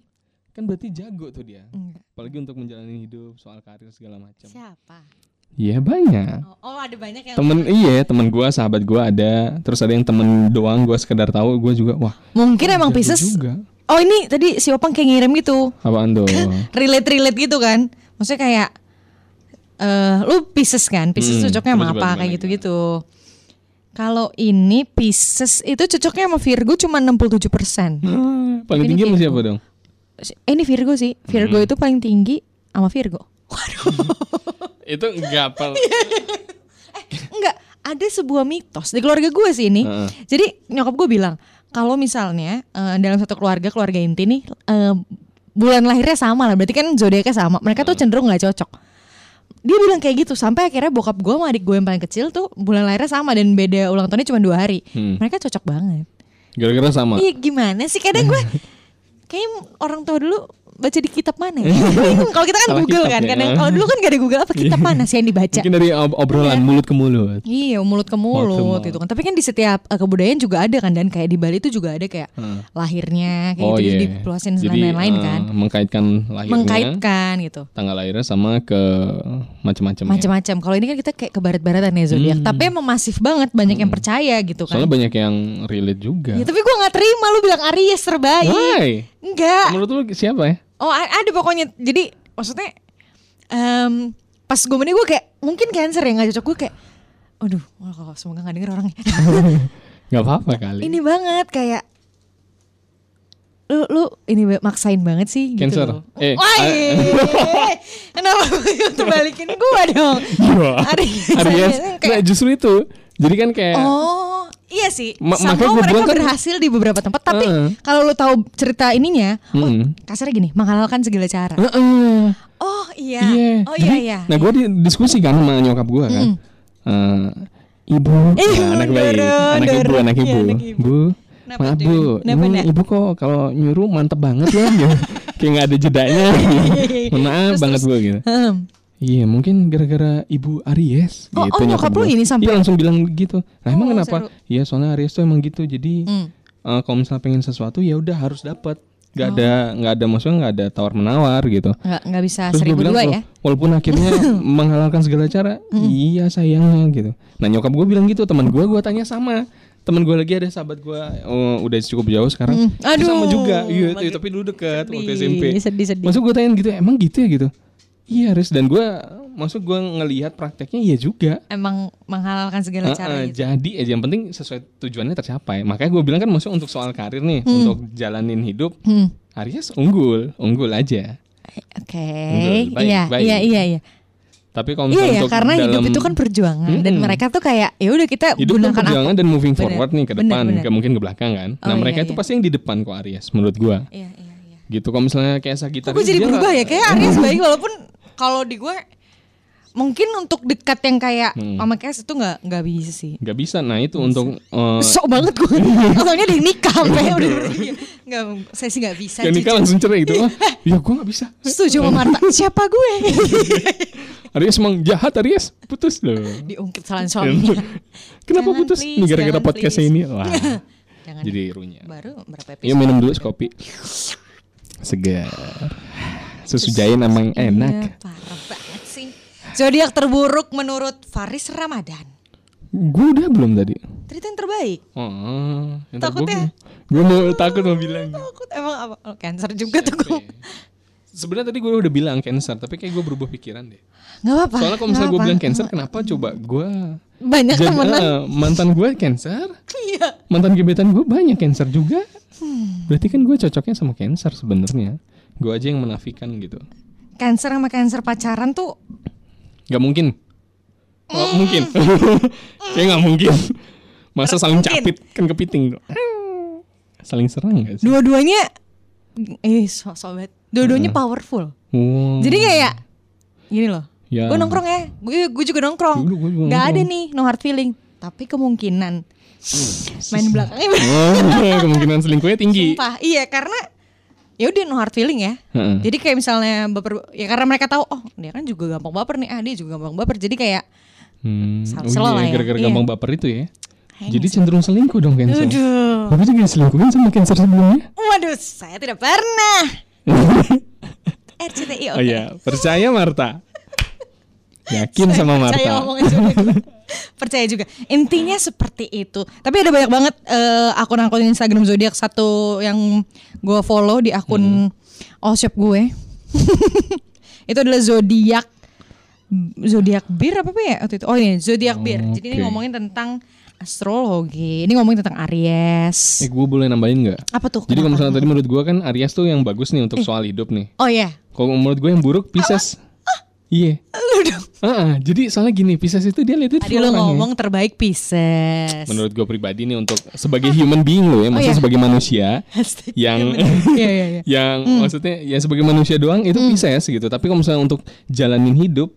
Kan berarti jago tuh dia. Enggak. Apalagi untuk menjalani hidup, soal karir segala macam. Siapa? Iya banyak. Oh, oh, ada banyak yang Temen iya, temen gue, sahabat gue ada. Terus ada yang temen doang gue sekedar tahu, gue juga wah. Mungkin emang jago Pisces. juga. Oh, ini tadi si Opang kayak ngirim gitu. Apaan tuh? relate-relate gitu kan. Maksudnya kayak eh lu Pisces kan? Pisces Hmm, cocoknya sama coba-coba apa gimana, kayak gitu-gitu. Kalau ini Pisces itu cocoknya sama Virgo cuma 67%. Ah, Ini gitu. Paling tinggi sama Virgo. siapa dong? Eh, ini Virgo sih. Virgo Hmm. itu paling tinggi sama Virgo. Itu enggak pel. Enggak, ada sebuah mitos di keluarga gue sih ini. Heeh. Jadi nyokap gue bilang, kalau misalnya eh, dalam satu keluarga, keluarga inti nih eh, bulan lahirnya sama lah, berarti kan zodiaknya sama. Mereka tuh cenderung nggak cocok. Dia bilang kayak gitu sampai akhirnya bokap gue sama adik gue yang paling kecil tuh bulan lahirnya sama dan beda ulang tahunnya cuma dua hari. Hmm. Mereka cocok banget. Gara-gara sama. Iya gimana sih kadang gue kayak orang tua dulu baca di kitab mana ya? Bingung, kalau kita kan Salah Google kitab kan ya. kadang kalau dulu kan gak ada Google apa kitab mana sih yang dibaca Mungkin dari ob- obrolan mulut ke mulut. Iya, mulut ke Mulut mulut, ke mulut. gitu kan. Tapi kan di setiap eh, kebudayaan juga ada kan dan kayak di Bali itu juga ada kayak Heeh. lahirnya kayak gitu Hmm. iya. dipuasin Jadi, dan lain-lain eh, kan. Mengkaitkan lahirnya. Hmm. Mengkaitkan gitu. Tanggal lahirnya sama ke macam-macam. ya. Macam-macam. Kalau ini kan kita kayak ke barat-baratan ya zodiak, Hmm. tapi emang masif banget banyak yang percaya gitu kan. Soalnya banyak yang relate juga. Ya, tapi gua nggak terima lu bilang Aries terbaik. Why? Enggak. Menurut lu siapa ya? Oh a- ada pokoknya. Jadi maksudnya em, pas gue mending gue kayak mungkin cancer ya nggak cocok gue kayak aduh wah, kalau semoga nggak denger orangnya Gak apa-apa kali. ini banget kayak lu lu ini ba- maksain banget sih gitu. Cancer. loh. Eh, Wah, a- eh, kenapa tuh balikin gua dong? Iya. Aries. Aries. Nah, Kayak, justru itu. Jadi kan kayak oh, iya sih. Ma- Sama makanya gua bilang mereka kan- berhasil di beberapa tempat, tapi Heeh. kalau lu tahu cerita ininya, oh, Mm-mm. kasarnya gini, menghalalkan segala cara. Heeh. Oh, iya. Iya. Oh, iya Jadi, iya. Nah, gue diskusi kan sama nyokap gue kan. Mm. Eh, ibu, Ibu, Nah, anak baik, dorong, anak ibu, dorong. anak Iya, ibu, anak ibu. bu, Kenapa, maaf Dek? bu, Kenapa, Ini Nak? ibu kok kalau nyuruh mantep banget ya, kayak nggak ada jedanya. Mohon maaf Iya, Terus, banget bu gitu. Hmm. Iya mungkin gara-gara ibu Aries Oh, gitu oh, nyokap lu gua. ini sampai- Iya langsung bilang gitu Nah emang Oh, kenapa? seru. Iya soalnya Aries tuh emang gitu Jadi Hmm. eh, kalau misalnya pengen sesuatu ya udah harus dapat Oh. Gak ada nggak ada maksudnya nggak ada tawar menawar gitu Nggak, nggak bisa Terus gue seribu bilang dua "Loh, ya. Hmm. Walaupun akhirnya menghalalkan segala cara Iya sayangnya gitu Nah nyokap gue bilang gitu Teman gue gue tanya sama Teman gue lagi ada sahabat gue oh, Udah cukup jauh sekarang Hmm. Itu sama Aduh, juga Iya makin tapi dulu deket waktu sedih, SMP sedih, sedih. Maksud gue tanyain gitu Emang gitu ya gitu Iya Riz Dan gue Maksud gue ngelihat prakteknya iya juga Emang menghalalkan segala cara Heeh, gitu. Jadi aja yang penting sesuai tujuannya tercapai Makanya gue bilang kan Maksudnya untuk soal karir nih Untuk jalanin hidup Hmm. Aries unggul Unggul aja Oke, Unggul, baik, iya, baik. iya, iya, iya, Tapi kalau iya, misalnya ya, untuk karena hidup dalam- itu kan perjuangan dan Mm-mm. mereka tuh kayak ya udah kita hidup kan gunakan apa. perjuangan dan moving Bener, forward nih ke bener, depan, bener. ke mungkin ke belakang kan. nah Oh, mereka iya, itu iya. pasti yang di depan kok Aries menurut gua. Iya, iya, iya. Gitu kalau misalnya kayak Sagittarius. Kok gue jadi dia Hmm. berubah nggak- ya kayak Aries baik walaupun kalau di gue mungkin untuk dekat yang kayak Hmm. sama Kes itu nggak nggak bisa sih. nggak bisa. Nah itu untuk eh, Sok banget gue. Soalnya di nikah sampai udah iya. nggak saya sih nggak bisa. yang nikah jujur. langsung Iya. cerai gitu. Ah, ya gua nggak bisa. Setuju sama Marta. Siapa gue? Aries emang jahat Aries, putus loh. Diungkit salah suami. Kenapa Oh, iya. Jangan, putus? Ini please, gara-gara jangan, podcastnya please. ini. Wah, Jangan. jadi runyam. Baru berapa episode? Iya minum dulu kopi. Segar. Susu jahe emang enak. Iya, parah banget sih. Zodiak terburuk menurut Faris Ramadan. Gue udah belum tadi. Cerita yang terbaik. Oh, Takutnya- Gue mau takut mau bilang. ya? Takut emang apa? Oh, cancer juga tuh gue. Sebenarnya tadi gue udah bilang cancer, tapi kayak gue berubah pikiran deh. Gak apa-apa. Soalnya kalau misalnya nggak gue apa. bilang cancer, kenapa coba gue banyak jadi temenan. eh, mantan gue cancer, Iya. mantan gebetan gue banyak cancer juga. Hmm. Berarti kan gue cocoknya sama cancer sebenarnya. Gue aja yang menafikan gitu. Cancer sama cancer pacaran tuh Gak mungkin. Gak mungkin. Kayak gak mungkin. Masa saling mungkin. capit kan kepiting tuh. Saling serang gak sih? dua-duanya eh so sobat. Dua-duanya Ah. powerful. Wow. Jadi kayak gini loh. Hmm. Ya. Gue nongkrong ya. Gue gue juga nongkrong. Dulu gua juga Gak ada nongkrong. Hmm. nih no hard feeling. Tapi kemungkinan main belakangnya Oh, kemungkinan selingkuhnya tinggi. Sumpah, iya karena ya udah no hard feeling ya Heeh. jadi kayak misalnya baper ya karena mereka tahu oh dia kan juga gampang baper nih ah dia juga gampang baper jadi kayak Hmm. Sel- Oh selo iya, lah ya. gara-gara Iya. gampang baper itu ya. "Heng, Jadi cenderung selingkuh dong Cancer. aduh Bapak juga diselingkuhin sama Cancer sebelumnya? waduh saya tidak pernah RCTI oke Oh iya, percaya Marta. Yakin Saya sama percaya Marta. omongan Jody. percaya juga intinya seperti itu tapi ada banyak banget eh, akun-akun Instagram zodiak satu yang gue follow di akun Hmm. all shop gue itu adalah zodiak zodiak bir apa ya waktu itu oh iya zodiak bir jadi ini Oke. ngomongin tentang astrologi ini ngomongin tentang Aries Eh gue boleh nambahin nggak? apa tuh Jadi kenapa? kalau misalnya tadi menurut gue kan Aries tuh yang bagus nih untuk soal hidup nih. oh iya Kalau menurut gue yang buruk Pisces. Iya. lu dong Ah, jadi soalnya gini Pisces itu dia lihat itu ya. tadi lu ngomong terbaik Pisces Menurut gue pribadi nih untuk sebagai human being lo ya, maksudnya iya. sebagai manusia Hashtag yang iya iya Hmm. iya yang maksudnya ya sebagai manusia doang itu Pisces gitu. Tapi kalau misalnya untuk jalanin hidup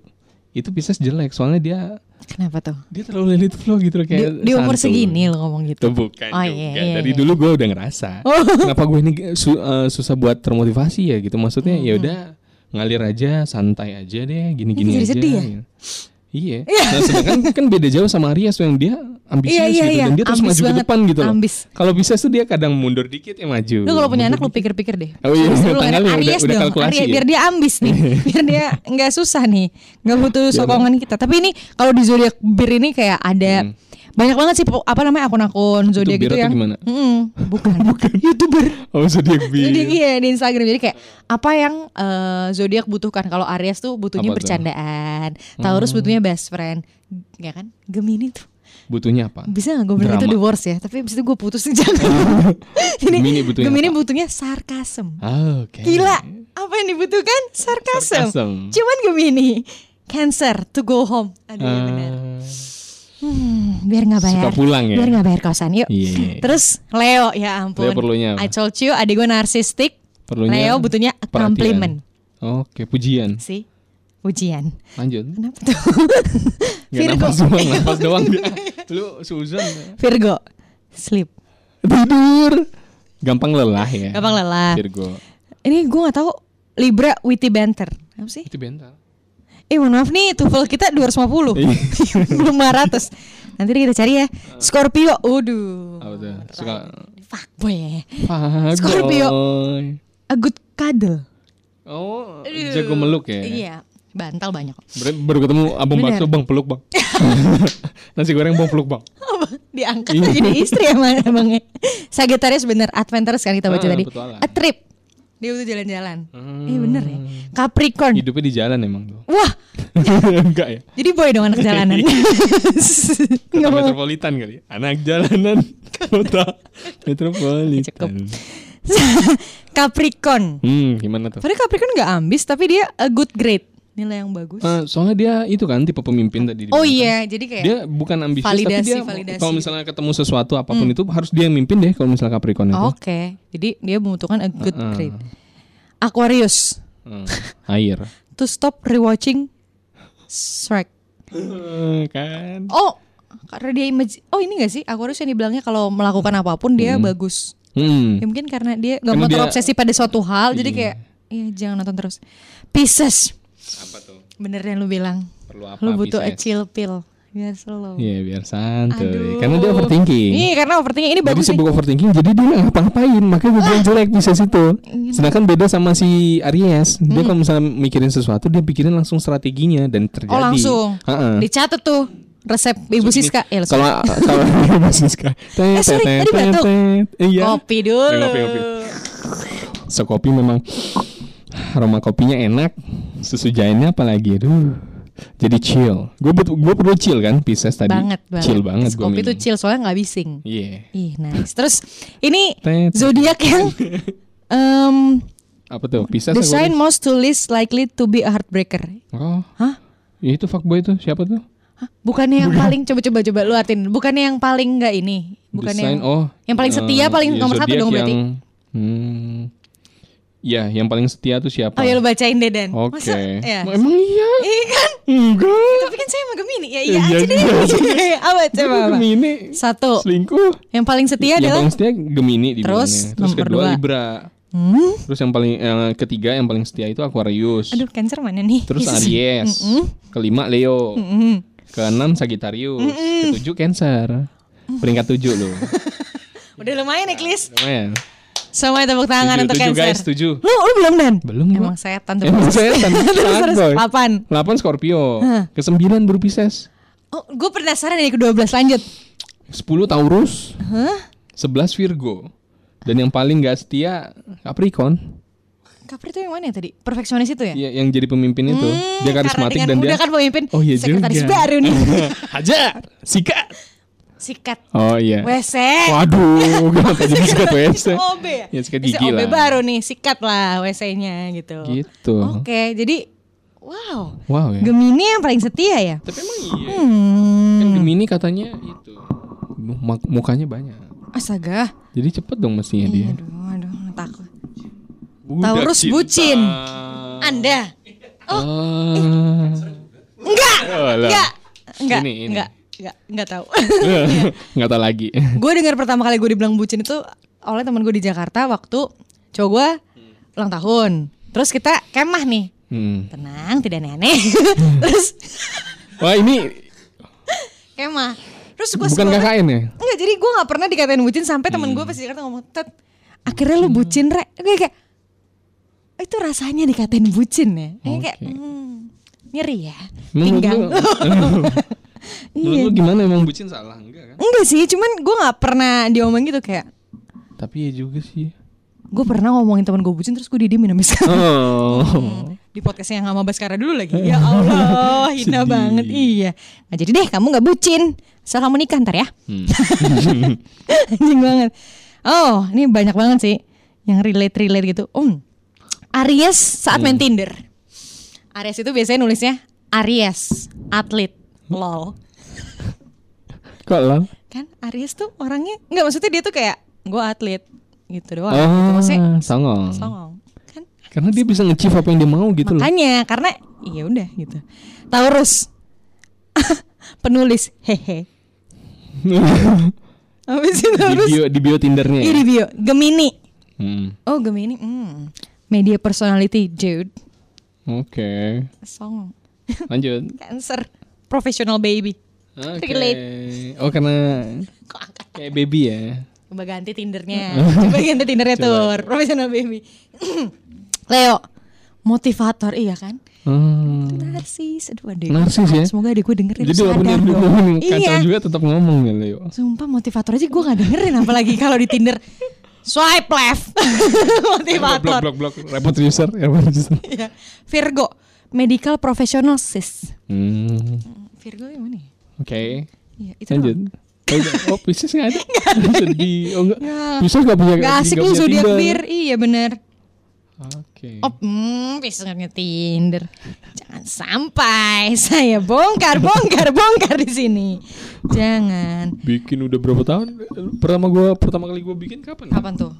itu Pisces jelek soalnya dia kenapa tuh dia terlalu lelit flow gitu loh, di, kayak di umur santuy. segini lo ngomong gitu Tuh bukan Oh, juga. iya, iya, iya. Dari Oh. dulu gue udah ngerasa. Kenapa gue ini su- eh, susah buat termotivasi ya gitu. Maksudnya Hmm. ya udah ngalir aja, santai aja deh, Ini jadi gini-gini aja. sedih ya? gitu. Iya. Nah, sedangkan kan beda jauh sama Aries tuh yang dia ambisius Iya, iya, gitu iya. dan dia terus Ambis maju ke banget. depan gitu loh. Ambis. Kalau bisa tuh dia kadang mundur dikit ya maju. Lu kalau punya Mundur anak lu dikit. pikir-pikir deh. Oh iya, Terus lu tanggalnya ngeliat udah- Aries udah dong, kalkulasi Aries, ya. biar dia ambis nih, biar dia nggak susah nih, nggak butuh sokongan kita. Tapi ini kalau di zodiak bir ini kayak ada banyak banget sih po- apa namanya akun-akun zodiak Hmm. bir gitu atau yang gimana? Mm-mm, bukan, bukan youtuber. Oh, zodiak bir. Jadi iya di Instagram jadi kayak apa yang eh, zodiak butuhkan kalau Aries tuh butuhnya Apa tuh? Hmm. bercandaan, Taurus butuhnya best friend, ya kan? Gemini tuh Butuhnya apa? bisa gak gue bilang itu Drama. divorce ya Tapi abis itu gue putus nih jangan Ini Gemini butuhnya Gemini apa? butuhnya sarkasem Ah, Oke. Gila Apa yang dibutuhkan? Sarkasem, Sarkasem. Cuman Gemini Cancer to go home Aduh ya benar Ah, Hmm, Biar gak bayar suka pulang ya. Biar gak bayar kosan yuk Iya, iya, iya. Terus Leo ya ampun Leo perlunya apa? I told you adik gue narsistik Perlunya Leo butuhnya perhatian. compliment Oke, pujian. Sih Ujian Lanjut. Kenapa tuh? Gak Virgo nafas doang, nafas doang dia. Lu Susan Virgo Sleep tidur. Gampang lelah ya. Gampang lelah Virgo. Ini gue gak tahu Libra witty banter Apa sih? Itu bentar. Eh mohon maaf nih TOEFL kita 250 Iya. Belum 500 Nanti deh kita cari ya Scorpio Waduh Apa tuh? Suka Fuckboy ya Fuckboy. Scorpio. A good cuddle Oh, jago meluk ya. Iya Bantal banyak Ber- Baru ketemu abang Bener. bakso, bang peluk bang. Nasi goreng bang peluk bang. Diangkat Iya. jadi istri emang emangnya Sagittarius bener Adventures kan kita baca Ah, tadi petualang. A trip Dia udah jalan-jalan Hmm. Iya. Eh bener ya Capricorn Hidupnya di jalan emang tuh. Wah Enggak ya. Jadi boy dong anak jalanan Kota Nggak mau. metropolitan kali. ya? Anak jalanan kota metropolitan. Cukup. Capricorn Hmm, gimana tuh? Padahal Capricorn gak ambis Tapi dia a good grade Nilai yang bagus Eh, soalnya dia itu kan tipe pemimpin tadi. Oh dibilang. iya, jadi kayak Dia bukan ambisius tapi Validasi, dia validasi Hmm. kalau gitu. misalnya ketemu sesuatu apapun itu harus dia yang mimpin deh kalau misalnya Capricorn itu. oke. Jadi dia membutuhkan a good Heeh. grade. Aquarius, Hmm, air. to stop rewatching Shrek. Eh, kan. Oh, karena dia imaj- Oh, ini gak sih Aquarius yang dibilangnya kalau melakukan apapun dia bagus. Hmm. Ya mungkin karena dia gak Karena mau dia- terobsesi pada suatu hal, jadi kayak iya jangan nonton terus. Pisces, Apa tuh? bener yang lu bilang. Perlu apa? Lu butuh a Pisces? chill pill. Biar slow. Iya, biar santuy. Aduh. Karena dia overthinking. Iya, karena overthinking ini Jadi bagus nih. sibuk overthinking, jadi dia nggak ngapa-ngapain, makanya gue bilang jelek Pisces itu. Iya. Sedangkan beda sama si Aries, dia Hmm. kalau misalnya mikirin sesuatu, dia pikirin langsung strateginya dan terjadi. Oh, langsung. Ha-ha. Dicatat tuh resep Ibu Siska. Eh, lu- kalau kalau Mas Siska. Eh, sorry, Tet, tadi tet, batuk. tet. Iya. kopi dulu. Ya, ngopi, ngopi. Sekopi memang aroma kopinya enak, susu jainnya apalagi aduh. Jadi chill. Gue butuh gue perlu chill kan Pisces tadi. banget banget. Chill banget gue Kopi minum. itu chill soalnya nggak bising. Iya. Ih nice. Terus ini Tet. zodiak yang um, Apa tuh? Pisces the apa sign Aries? most to least likely to be a heartbreaker. Oh. Hah? Ya itu fuckboy itu siapa tuh? Hah? Bukannya yang paling coba-coba coba lu artiin. Bukannya yang paling nggak ini. Bukannya Desain, yang, oh, yang paling setia, eh, paling ya, nomor satu zodiak dong berarti. yang- hmm, ya, yang paling setia tuh siapa? Oh ya lu bacain deh Dan. Oke. Masa- ya. Ma- Emang iya? Iya kan? Enggak. Tapi kan saya emang Gemini. Ya iya Iya, aja deh. Apa coba apa? Gemini Satu. selingkuh. Yang paling setia yang adalah paling setia Gemini di Terus, Terus nomor kedua dua. Libra. Hmm? Terus yang paling eh, ketiga yang paling setia itu Aquarius. Aduh, cancer mana nih? Terus Yesus. Aries. Mm-mm. Kelima Leo. Mm-mm. Keenam Sagittarius. Mm-mm. Ketujuh Cancer. Peringkat tujuh loh. Udah lumayan ya, Klis. Lumayan. Semua tepuk tangan Tujuh, untuk tujuh guys, Ah, cancer. tujuh. Lu, lu belum Dan? Belum Emang gua. setan tuh. Emang setan. Terus Fuckboy. 8. Delapan Scorpio. Hah. Kesembilan baru Pisces. Oh, gue penasaran dari ke-12 lanjut. Sepuluh Taurus. Hah? Sebelas Virgo. Dan yang paling gak setia Capricorn. Kapri itu yang mana ya tadi? Perfeksionis itu ya? Ya, yang jadi pemimpin itu. Hmm, Dia karena karismatik dengan dan dia mudah kan pemimpin Oh iya sekretaris juga. baru nih. Hajar, sikat. Sikat Oh iya. WC. Waduh, kenapa jadi sikat WC? OB ya? Ya sikat Bisa gigi OB lah. baru nih, sikat lah WC-nya gitu. Gitu. Oke, jadi wow. Wow ya. Gemini yang paling setia ya? Tapi emang iya. Kan Hmm. Gemini katanya itu mu- mukanya banyak. Astaga. Jadi cepet dong mestinya dia. Aduh, aduh, takut. Budak Taurus cinta. bucin. Anda. Oh. eh. Enggak. Oh, lah. Enggak. Enggak. Ini, ini. Enggak. Enggak, enggak tahu. Nggak tahu lagi. gue dengar pertama kali gue dibilang bucin itu oleh teman gue di Jakarta waktu cowok gue ulang tahun. Terus kita kemah nih. Hmm. Tenang, tidak aneh-aneh. Terus Wah ini kemah. Terus gue bukan KKN ya? Enggak, jadi gue nggak pernah dikatain bucin sampai temen Hmm. gue pasti Jakarta ngomong, "Tet, akhirnya lu bucin, Re." Gue kayak itu rasanya dikatain bucin ya. Gue kayak Oke. "Hmm, nyeri ya. Menurut Pinggang. lu, menurut lu gimana emang bucin salah enggak kan? Enggak sih, cuman gue nggak pernah diomong gitu kayak Tapi ya juga sih. gue pernah ngomongin temen gue bucin terus gue didiemin sama Baskara. Oh. di podcastnya yang sama Baskara dulu lagi ya Allah hina Sedih. banget iya nah jadi deh kamu nggak bucin asal kamu nikah ntar ya Hmm. anjing banget oh ini banyak banget sih yang relate relate gitu om Aries saat main Tinder Aries itu biasanya nulisnya Aries atlet lol Kok lah? kan Aries tuh orangnya nggak maksudnya dia tuh kayak gue atlet gitu doang gitu. Oh, maksudnya songong. songong kan Karena dia bisa nge apa yang dia mau gitu loh. Makanya karena iya udah gitu. Taurus penulis hehe. Apa sih di Taurus? bio di bio Tindernya. Iya Ya? di bio. Gemini. Hmm. Oh Gemini. Hmm. Media personality dude. Oke. Song. Lanjut. Cancer. Professional baby. Oke. Relate. Oh, karena Kok angkat? kayak baby ya. Coba ganti Tindernya. Coba ganti Tindernya tuh. Professional baby. Leo. Motivator iya kan? Hmm. Narsis. Aduh adik. Narsis ya. Semoga adik gue dengerin Jadi sadar walaupun dia dong. ngomong kacau Iya. juga tetap ngomong ya Leo. Sumpah motivator aja gue gak dengerin apalagi kalau di Tinder swipe left Iya, Blok motivator. blok blok repot user, repot user. Iya. Virgo medical professional sis. Hmm. Virgo yang mana? ya? Oke. Iya itu. Lanjut. doang. Oh, enggak. Oh, Pisces nggak ada. Sedih. Oh, enggak. Ya. Pisces nggak punya Gak asik nggak lu punya zodiak Tinder. bir, iya bener. Oke. Oh, hmm, bisa nggak punya Tinder. Jangan sampai saya bongkar, bongkar, bongkar di sini. Jangan. Bikin udah berapa tahun? Pertama gua pertama kali gua bikin kapan? ya? Kapan tuh?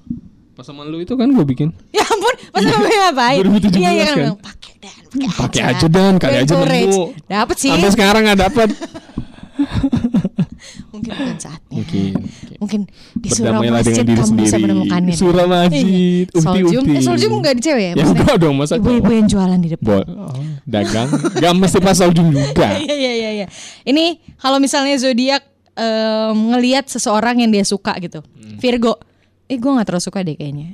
Pas sama lu itu kan gua bikin. Ya ampun, Iya. masa mau ngapain? 2017 Iya, iya kan? kan. Pakai dan Pakai aja dan kali aja Encourage. nemu. Dapet sih. Sampai sekarang nggak dapat. Mungkin bukan saatnya. Mungkin. Mungkin di surau Berdamailah masjid dengan diri kamu bisa sendiri. menemukannya. Surau masjid, Iya. Soljum, ukti-ukti. eh soljum enggak di cewek ya? Ya Maksudnya enggak dong masa Ibu-ibu ya. yang jualan di depan. Bo dagang gak mesti pas Saudin juga. Iya iya iya iya. Ini kalau misalnya zodiak em, ngelihat seseorang yang dia suka gitu. Hmm. Virgo. Eh gue gak terlalu suka deh kayaknya.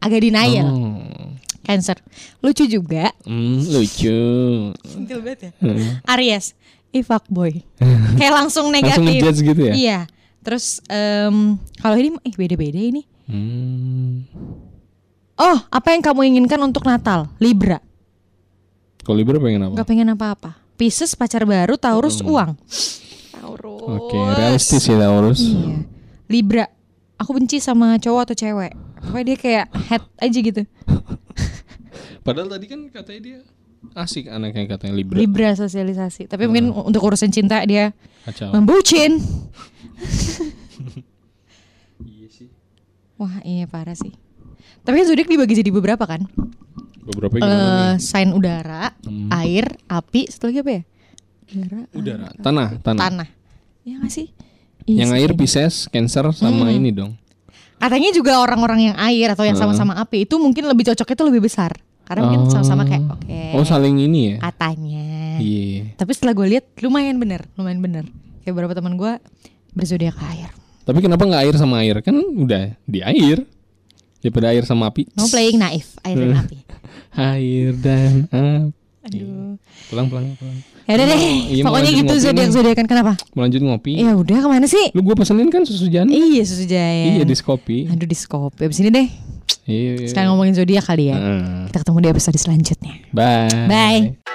Agak denial. Oh. Cancer. Lucu juga. Hmm, lucu. Sentil banget ya. Hmm. Aries. Ih fuckboy. Kayak langsung Langsung negatif. ngejudge gitu ya. Iya. Terus em, kalau ini eh beda-beda ini. Hmm. Oh, apa yang kamu inginkan untuk Natal? Libra. Kalau Libra pengen apa? Gak pengen apa-apa. Pisces pacar baru, Taurus uang. Taurus. Hmm. Oke, realistis ya Taurus. Iya. Libra. Aku benci sama cowok atau cewek. Pokoknya dia kayak head aja gitu. Padahal tadi kan katanya dia asik anaknya katanya Libra. Iya. Libra sosialisasi. Tapi mungkin untuk urusan cinta dia Kacau. membucin. Iya sih. Wah, iya parah sih. Tapi zodiak dibagi jadi beberapa kan? Beberapa Eh, gimana nih? sign udara, Hmm. air, api, satu lagi apa ya? Udara, Udara, tanah, tanah. tanah. Ya nggak sih? Iya sih, Yang Hmm. air kayaknya. Pisces, Cancer sama Mm-mm. ini dong. Katanya juga orang-orang yang air atau yang Heeh. sama-sama api itu mungkin lebih cocoknya itu lebih besar. Karena mungkin Oh. sama-sama kayak oke. Oh saling ini ya? Katanya. Iya. Tapi setelah gue lihat lumayan bener, lumayan bener. Kayak beberapa teman gue berzodiak air. Tapi kenapa nggak air sama air? Kan udah di air. Daripada air sama api. No playing naif, air dan api. Air dan api. Aduh. Pulang pulang pulang. Ya udah deh, Iya, mau pokoknya lanjut gitu ngopi nih. Iya. zodiak zodiakan kenapa? Mau lanjut ngopi? Ya udah kemana sih? Lu gue pesenin kan susu jantan? Iya susu Jayan. Iya di kopi. Aduh di skop. Abis ini deh, Iya. Nah. iya. sekarang ngomongin zodiak kali ya. Heeh. Kita ketemu di episode selanjutnya. Bye. Bye.